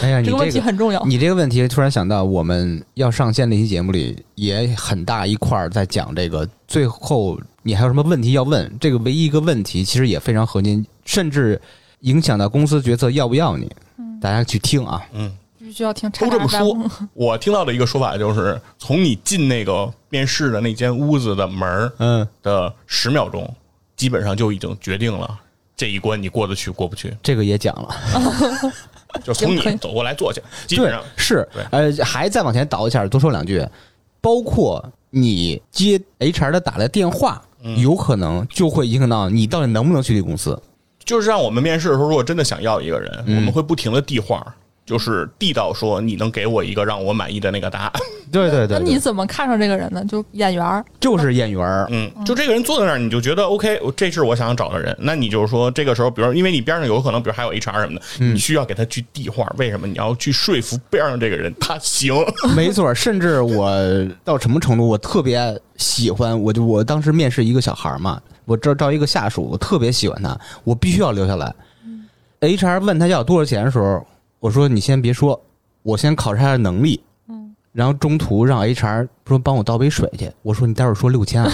哎呀，你这个问题很重要。你这个问题突然想到，我们要上线那期节目里也很大一块儿在讲这个。最后你还有什么问题要问？这个唯一一个问题其实也非常核心，甚至影响到公司决策要不要你。大家去听啊，嗯，必须要听叉都这么叉 FM，说。我听到的一个说法就是，从你进那个面试的那间屋子的门儿嗯，的十秒钟，基本上就已经决定了这一关你过得去过不去，这个也讲了。就从你可以走过来坐下，基本对上，是对，呃，还再往前倒一下，多说两句，包括你接 HR 的打来电话，有可能就会影响到你到底能不能去这公司。就是让我们面试的时候，如果真的想要一个人，嗯我们会不停的递话，就是递到说你能给我一个让我满意的那个答案。对对那你，怎么看上这个人呢？就演员儿，就是演员儿，嗯，就这个人坐在那儿，你就觉得 OK，我这是我想找的人。那你就是说，这个时候，比如因为你边上有可能，比如还有 HR 什么的，嗯你需要给他去递话。为什么？你要去说服边上这个人他行。没错，甚至我到什么程度，我特别喜欢，我就我当时面试一个小孩儿嘛，我这招一个下属，我特别喜欢他，我必须要留下来。HR 问他要多少钱的时候，我说你先别说，我先考察他的能力，嗯，然后中途让 HR 说帮我倒杯水去，我说你待会儿说六千啊，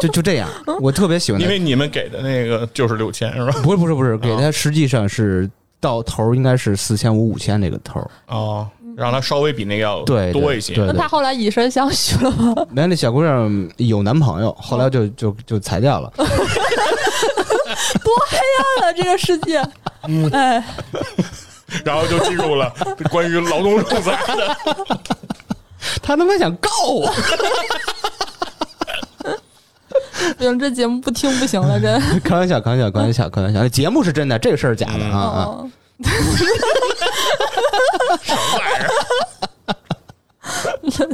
就就这样，我特别喜欢他因，为你啊们给的那个就是六千是吧？不是不是不是，给他实际上是到头儿应该是四千五五千这个头儿，哦，让他稍微比那个要对对多一些。对那他后来以身相许了吗？ [LAUGHS] 那那小姑娘有男朋友，后来就就就裁掉了。多黑暗啊！这个世界，哎，然后就进入了关于劳动仲裁 [LAUGHS] 的哦他他妈想告我，不行，这节目不听不行了，真。 [LAUGHS] 开玩笑，开 [LAUGHS] 玩笑，开玩笑，开玩笑。哎节目是真的，这个事儿是假的啊啊！哦，玩意儿。 [LAUGHS]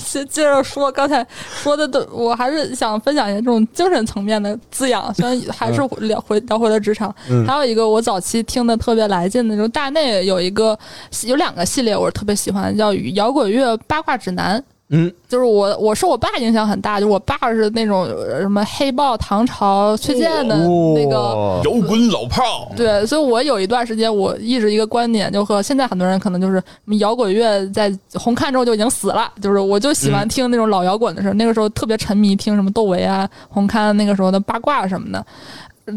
接接着说，刚才说的都，我还是想分享一些这种精神层面的字样，虽然还是聊回聊回了职场。嗯还有一个我早期听的特别来劲的，就是大内有一个有两个系列，我是特别喜欢，叫《摇滚乐八卦指南》。嗯，就是我，我受我爸影响很大，就是我爸是那种呃什么黑豹、唐朝、崔健嗯啊的那个。哦摇滚老炮儿，对，所以我有一段时间，我一直一个观点，就和现在很多人可能就是什么摇滚乐在红看之后就已经死了，就是我就喜欢听那种老摇滚的事儿。那个时候特别沉迷听什么窦唯啊、红看那个时候的八卦什么的。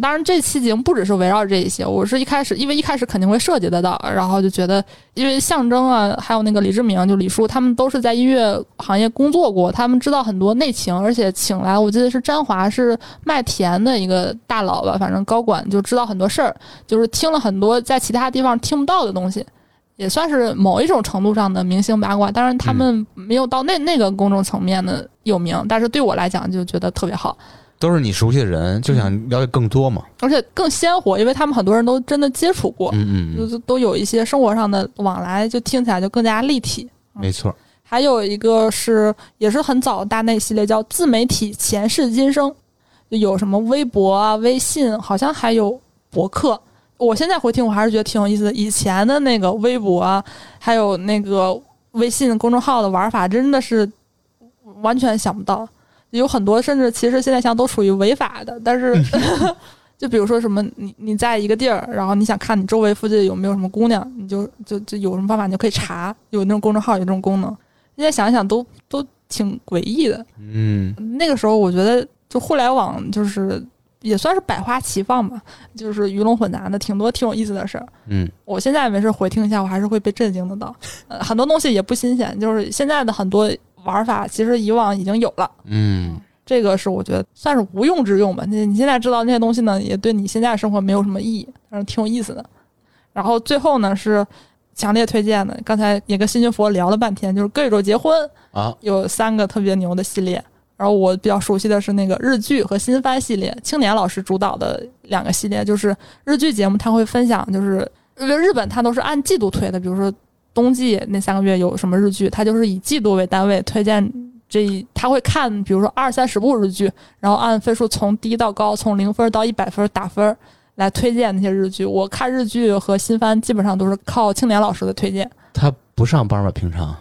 当然，这期节目不只是围绕这一些，我是一开始因为一开始肯定会涉及得到，然后就觉得因为象征啊，还有那个李志明，就李叔，他们都是在音乐行业工作过，他们知道很多内情，而且请来我记得是詹华是麦田的一个大佬吧，反正高管就知道很多事儿，就是听了很多在其他地方听不到的东西，也算是某一种程度上的明星八卦。当然，他们没有到那那个公众层面的有名，但是对我来讲就觉得特别好，都是你熟悉的人，就想了解更多嘛。而且更鲜活，因为他们很多人都真的接触过，嗯嗯就，是都有一些生活上的往来，就听起来就更加立体。嗯没错。还有一个是也是很早的大内系列，叫自媒体前世今生，就有什么微博啊、微信，好像还有博客。我现在回听，我还是觉得挺有意思的。以前的那个微博啊，还有那个微信公众号的玩法，真的是完全想不到。有很多甚至其实现在像都属于违法的，但是就比如说什么你你在一个地儿，然后你想看你周围附近有没有什么姑娘，你就就就有什么办法你就可以查，有那种公众号有这种功能。现在想一想都都挺诡异的。嗯，那个时候我觉得，就互联网就是也算是百花齐放吧，就是鱼龙混杂的，挺多挺有意思的事儿。嗯，我现在没事回听一下，我还是会被震惊得到。呃，很多东西也不新鲜，就是现在的很多玩法，其实以往已经有了。嗯，这个是我觉得算是无用之用吧。你你现在知道那些东西呢，也对你现在生活没有什么意义，但是挺有意思的。然后最后呢是强烈推荐的，刚才也跟新军佛聊了半天，就是《跟宇宙结婚》啊，有三个特别牛的系列，然后我比较熟悉的是那个日剧和新番系列，青年老师主导的两个系列，就是日剧节目他会分享，就是因为日本它都是按季度推的，比如说冬季那三个月有什么日剧，它就是以季度为单位推荐这一，他会看比如说二三十部日剧，然后按分数从低到高，从零分到一百分打分。来推荐那些日剧，我看日剧和新番基本上都是靠青年老师的推荐。他不上班吧？平常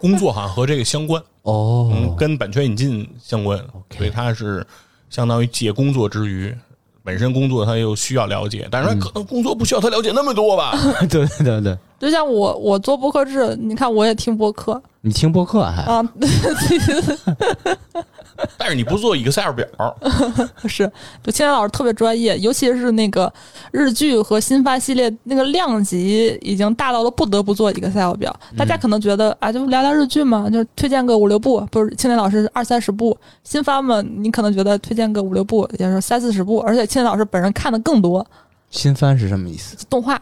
工作好像和这个相关，嗯，哦，跟版权引进相关， OK [LAUGHS] 所以他是相当于借工作之余，本身工作他又需要了解，嗯但是他可能工作不需要他了解那么多 [LAUGHS] 吧。对对对，就像我，我做播客制，你看我也听播客，你听播客还啊，但是你不做 Excel 表， [LAUGHS] 是，就青年老师特别专业，尤其是那个日剧和新番系列，那个量级已经大到了不得不做 Excel 表。大家可能觉得啊，就聊聊日剧嘛，就推荐个五六部，不是青年老师是二三十部，新番嘛，你可能觉得推荐个五六部，也就是三四十部，而且青年老师本人看的更多新番是什么意思？动画。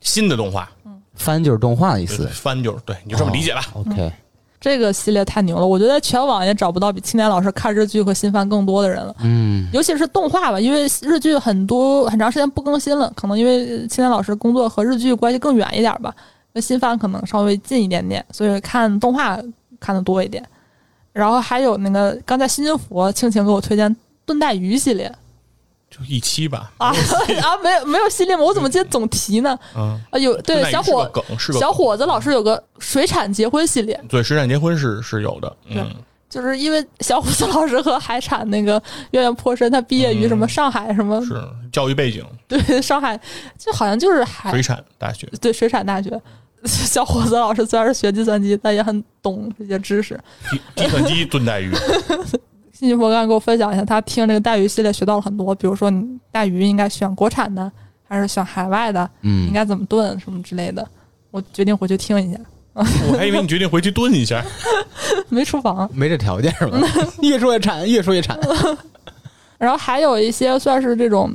新的动画番就是动画的意就思哦是。翻就是对，你就这么理解吧。 OK，这个系列太牛了，我觉得全网也找不到比青年老师看日剧和新番更多的人了。嗯，尤其是动画吧，因为日剧很多很长时间不更新了，可能因为青年老师工作和日剧关系更远一点吧，跟新番可能稍微近一点点，所以看动画看的多一点。然后还有那个刚才新金佛庆庆给我推荐炖带鱼系列 [LAUGHS] 就一期吧，啊啊，没有没有系列吗？我怎么今天总提呢？嗯，啊，有对那也小是个伙梗是个小梗伙子老师有个水产结婚系列，对，实战结婚是是有的，嗯，就是因为小伙子老师和海产那个渊源颇深，他毕业于什嗯么上海什么、是教育背景，对上海，就好像就是海水产大学，对水产大学， [LAUGHS] 小伙子老师虽然是学计算机，但也很懂这些知识。计计算机炖带鱼，信息佛刚才给我分享一下，他听这个带鱼系列学到了很多，比如说你带鱼应该选国产的还是选海外的，应嗯，该怎么炖什么之类的。我决定回去听一下， [LAUGHS] [LAUGHS] 我还以为你决定回去炖一下，没厨房。没这条件 [LAUGHS] 吧？越说越馋，越说越馋。然后还有一些算是这种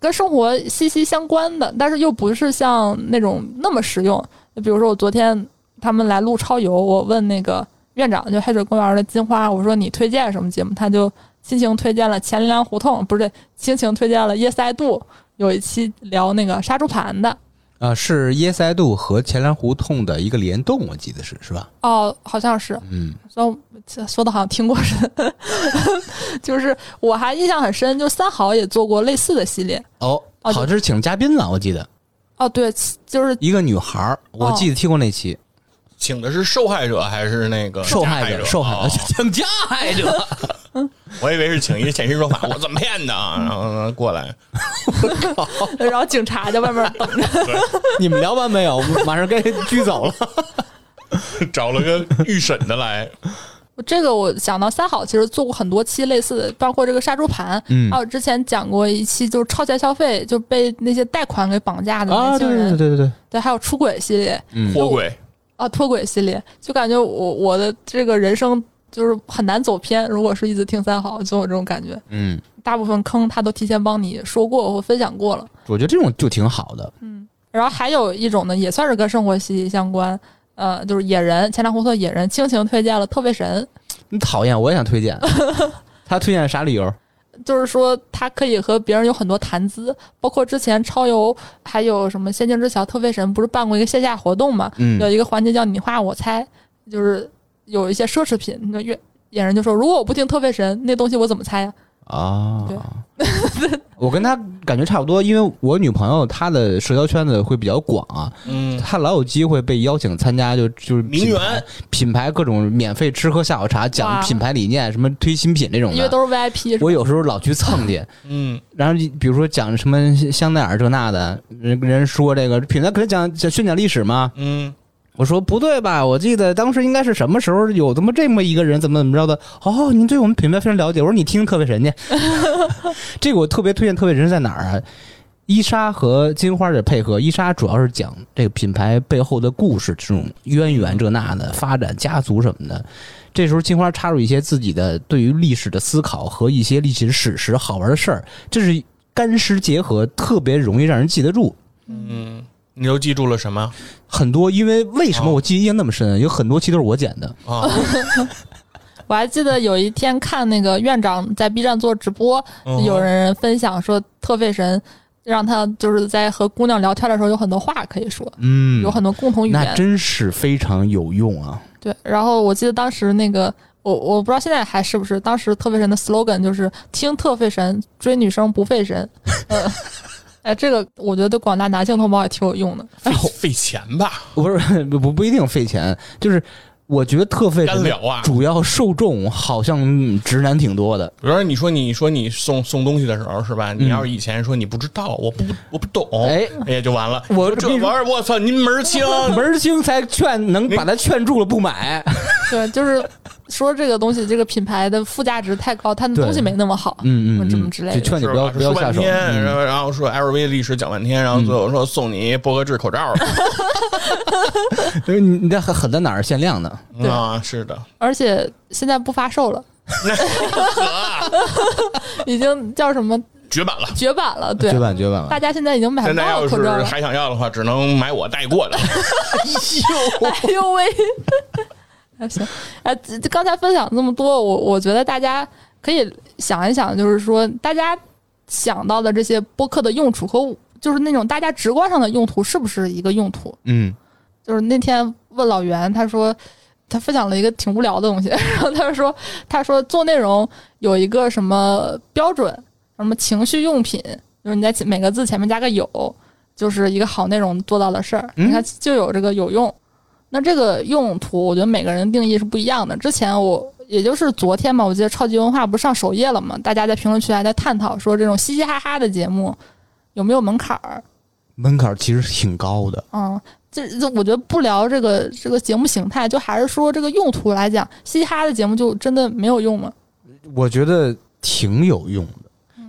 跟生活息息相关的，但是又不是像那种那么实用。就比如说我昨天他们来录超游，我问那个院长，就黑水公园的金花，我说你推荐什么节目，他就亲情推荐了《钱粮胡同》，不是对亲情推荐了《Yes I Do》，有一期聊那个杀猪盘的。啊、是 Yes I Do 和钱粮胡同的一个联动，我记得是是吧？哦，好像是，嗯，说 [LAUGHS] 说的好像听过似的， [LAUGHS] 就是我还印象很深，就三好也做过类似的系列。哦，哦好像是请了嘉宾了，我记得哦，对，就是一个女孩儿，哦我记得听过那期、请的是受害者还是那个受害加者，受害者，哦 [LAUGHS] 请加害者，我以为是请一个现身说法，我怎么骗的？啊然后过来，然后警察在外面等着。你们聊完没有？我们马上 [LAUGHS] 该拘走了。找了个预审的来， [LAUGHS] 这个我想到三好其实做过很多期类似的，包括这个杀猪盘，嗯还有之前讲过一期就是超前消费，就被那些贷款给绑架的 [LAUGHS] 年啊，对轻对人，对对对，对，还有出轨系列，嗯脱轨，啊，脱轨系列，就感觉我我的这个人生就是很难走偏。如果是一直听三好，就有这种感觉。嗯，大部分坑他都提前帮你说过或分享过了。我觉得这种就挺好的，然后还有一种呢，也算是跟生活息息相关，呃，就是野人，前粮胡同野人亲情推荐了特卫神，你讨厌我也想推 [LAUGHS] 荐，他推荐啥理由？就是说他可以和别人有很多谈资，包括之前超游还有什么《仙境之桥》特卫神不是办过一个线下活动嘛，嗯有一个环节叫你画我猜，就是有一些奢侈品，那越野人就说如果我不听特卫神，那东西我怎么猜呀、啊对。我跟他感觉差不多，因为我女朋友她的社交圈子会比较广啊，嗯，她老有机会被邀请参加就就是品名媛品牌各种免费吃喝下午茶，讲哇品牌理念，什么推新品这种因为的。都是 VIP 是吧我有时候老去蹭去，嗯，然后比如说讲什么香奈儿这那的，人人说这个品牌可能讲讲宣讲历史嘛，嗯，我说不对吧？我记得当时应该是什么时候有这么这么一个人，怎么怎么着的？哦，您对我们品牌非常了解。我说你听特别神去， [LAUGHS] 这个我特别推荐。特别神在哪儿啊？伊莎和金花的配合，伊莎主要是讲这个品牌背后的故事，这种渊源这那的发展、家族什么的。这时候金花插入一些自己的对于历史的思考和一些历史史实好玩的事儿，这是干湿结合，特别容易让人记得住。嗯你都记住了什么很多，因为为什么哦我记忆印象那么深？有很多期都是我剪的。啊？我还记得有一天看那个院长在 B 站做直播，嗯有人分享说特费神让他就是在和姑娘聊天的时候有很多话可以说，嗯有很多共同语那言。真是非常有 [LAUGHS] 用啊！对，然后我记得当时那个我我不知道现在还是不是，当时特费神的 slogan 就是听特费神追女生不费神。嗯，哎，这个我觉得对广大男性同胞也挺有用的。费费钱吧，不是 [LAUGHS] 不不不一定费钱，就是我觉得特费干神聊啊。主要受众好像嗯直男挺 [LAUGHS] 多的。比如说，你说你说你送送东西的时候是吧？你要是以前说你不知道，我不我不懂，嗯哎也就完了。我你说这玩意儿，我操，您门儿清。门儿清才劝能把他劝住了 [LAUGHS] 不买，对，就是说这个东西，这个品牌的附加值太高，它的对东西没那么好。嗯或嗯者这嗯，么之类的就劝你是不要吧？不要说下半手。天，嗯然后然后说哎 LV 历史讲半天，然后最后说送你波格制口罩 [LAUGHS] 因为你你这狠狠在哪儿限量呢？对啊，是的，而且现在不发 [LAUGHS] 售了，已经叫什么绝版了。绝版了。对啊绝，版绝版了哎大。家现在已经买现不在到要口罩是了。还想要的话，只能买我带过的。 [LAUGHS] 哎呦喂！哎行，哎，这这刚才分享这么多，我我觉得大家可以想一想，就是说大家想到的这些播客的用处和我就是那种大家直观上的用途是不是一个用途？嗯，就是那天问老袁，他说他分享了一个挺无聊的东西， [LAUGHS] 然后他说他说做内容有一个什么标准，什么情绪用品，就是你在前每个字前面加个有，就是一个好内容做到的事儿。嗯你看就有这个有用，那这个用途，我觉得每个人定义是不一样的。之前我。也就是昨天嘛，我记得超级文化不是上首页了嘛，大家在评论区还在探讨说这种嘻嘻哈哈的节目有没有门槛儿，门槛其实挺高的。嗯，这这我觉得不聊这个这个节目形态，就还是说这个用途来讲，嘻哈的节目就真的没有用吗？我觉得挺有用的，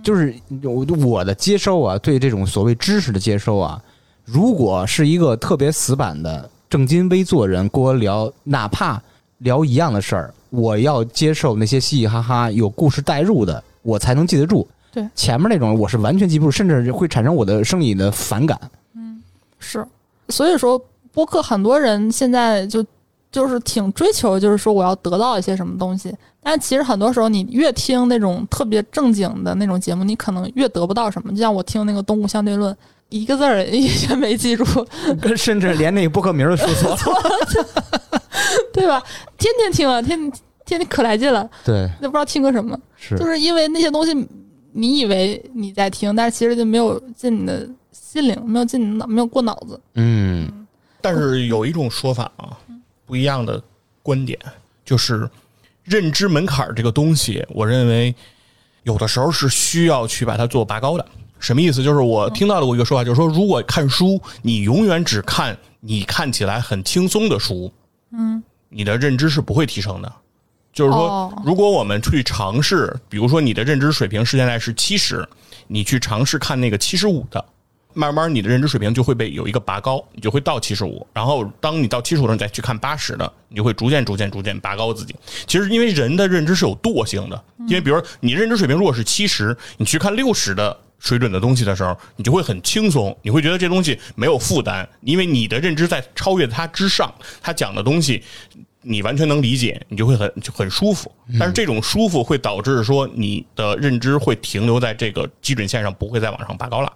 就是我我的接收啊，对这种所谓知识的接收啊，如果是一个特别死板的正襟危坐人跟我聊，哪怕聊一样的事儿，我要接受那些嘻嘻哈哈有故事代入的，我才能记得住。对前面那种我是完全记不住，甚至会产生我的生理的反感。是，所以说播客很多人现在就就是挺追求，就是说我要得到一些什么东西，但其实很多时候你越听那种特别正经的那种节目，你可能越得不到什么。就像我听那个《东吴相对论》，一个字儿也 [LAUGHS] 也没记住，甚至连那个播客名儿都说错了。对吧？天天听啊，天天天可来劲了， [LAUGHS] 对，都不知道听个什么，是就是因为那些东西你以为你在听，但是其实就没有进你的心灵，没有进你的脑，没有过脑子。嗯，但是有一种说法啊，不一样的观点，就是认知门槛儿这个东西，我认为有的时候是需要去把它做拔高的。什么意思？就是我听到了过一个说法，就是说，如果看书，你永远只看你看起来很轻松的书，嗯，你的认知是不会提升的。就是说哦，如果我们去尝试，比如说你的认知水平是现在是七十，你去尝试看那个七十五的，慢慢你的认知水平就会被有一个拔高，你就会到七十五。然后当你到七十五的时候，你再去看八十的，你就会逐渐、逐渐、逐渐拔高自己。其实因为人的认知是有惰性的，因为比如说你认知水平如果是七十，你去看六十的。水准的东西的时候，你就会很轻松，你会觉得这东西没有负担，因为你的认知在超越它之上，它讲的东西你完全能理解，你就会很就很舒服。但是这种舒服会导致说你的认知会停留在这个基准线上，不会再往上拔高了。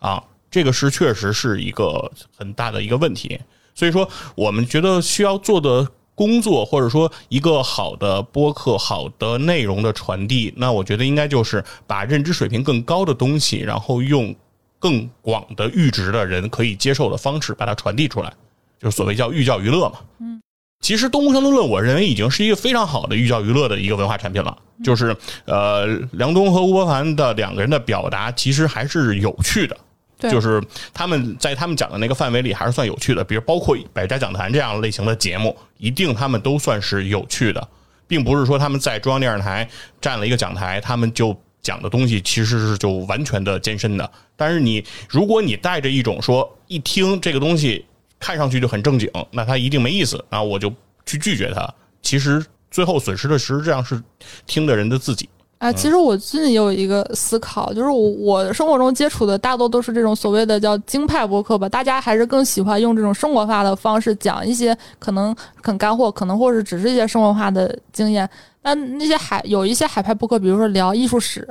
啊，这个是确实是一个很大的一个问题。所以说，我们觉得需要做的工作，或者说一个好的播客、好的内容的传递，那我觉得应该就是把认知水平更高的东西，然后用更广的阈值的人可以接受的方式把它传递出来，就是所谓叫寓教于乐嘛。嗯，其实《东吴相对论》，我认为已经是一个非常好的寓教于乐的一个文化产品了。就是呃，梁冬和吴伯凡的两个人的表达，其实还是有趣的。对，就是他们在他们讲的那个范围里还是算有趣的，比如包括百家讲坛这样类型的节目，一定他们都算是有趣的，并不是说他们在中央电视台占了一个讲台，他们就讲的东西其实是就完全的艰深的。但是你如果你带着一种说一听这个东西看上去就很正经，那它一定没意思，那我就去拒绝它。其实最后损失的实际上是听的人的自己。啊，其实我最近也有一个思考，就是我我生活中接触的大多都是这种所谓的叫京派播客吧，大家还是更喜欢用这种生活化的方式讲一些可能很干货，可能或是只是一些生活化的经验。但那些海有一些海派播客，比如说聊艺术史、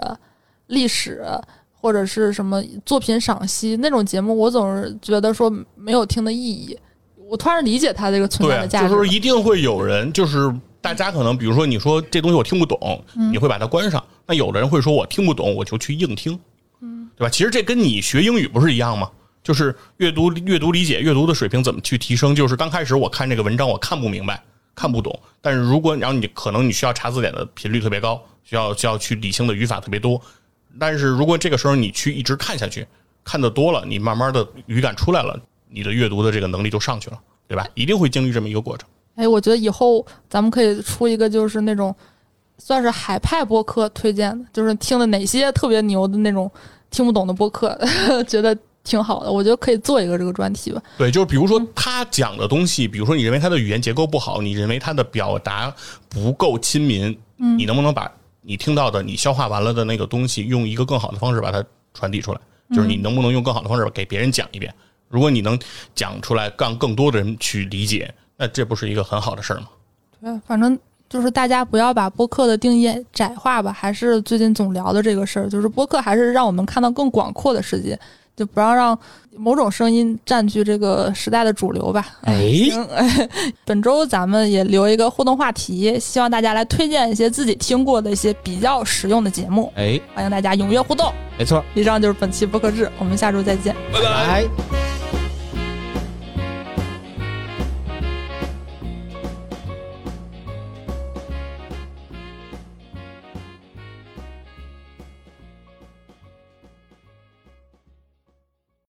历史或者是什么作品赏析那种节目，我总是觉得说没有听的意义。我突然理解它这个存在的对，价值就了，是说一定会有人，就是大家可能，比如说你说这东西我听不懂，嗯你会把它关上。那有的人会说我听不懂，我就去硬听，嗯，对吧？其实这跟你学英语不是一样吗？就是阅读、阅读理解、阅读的水平怎么去提升？就是刚开始我看这个文章，我看不明白，看不懂。但是如果然后你可能你需要查字典的频率特别高，需要需要去理清的语法特别多。但是如果这个时候你去一直看下去，看的多了，你慢慢的语感出来了，你的阅读的这个能力就上去了，对吧？一定会经历这么一个过程。哎，我觉得以后咱们可以出一个，就是那种算是海派播客推荐的，就是听了哪些特别牛的那种听不懂的播客， [LAUGHS] 觉得挺好的。我觉得可以做一个这个专题吧。对，就是比如说他讲的东西，比如说你认为他的语言结构不好，你认为他的表达不够亲民，你能不能把你听到的、你消化完了的那个东西，用一个更好的方式把它传递出来？就是你能不能用更好的方式给别人讲一遍？如果你能讲出来，让更多的人去理解，那这不是一个很好的事儿吗？对，反正就是大家不要把播客的定义窄化吧，还是最近总聊的这个事儿，就是播客还是让我们看到更广阔的世界，就不要让某种声音占据这个时代的主流吧。哎，本周咱们也留一个互动话题，希望大家来推荐一些自己听过的一些比较实用的节目，哎，欢迎大家踊跃互动。没错，以上就是本期播客制，我们下周再见。拜拜。来。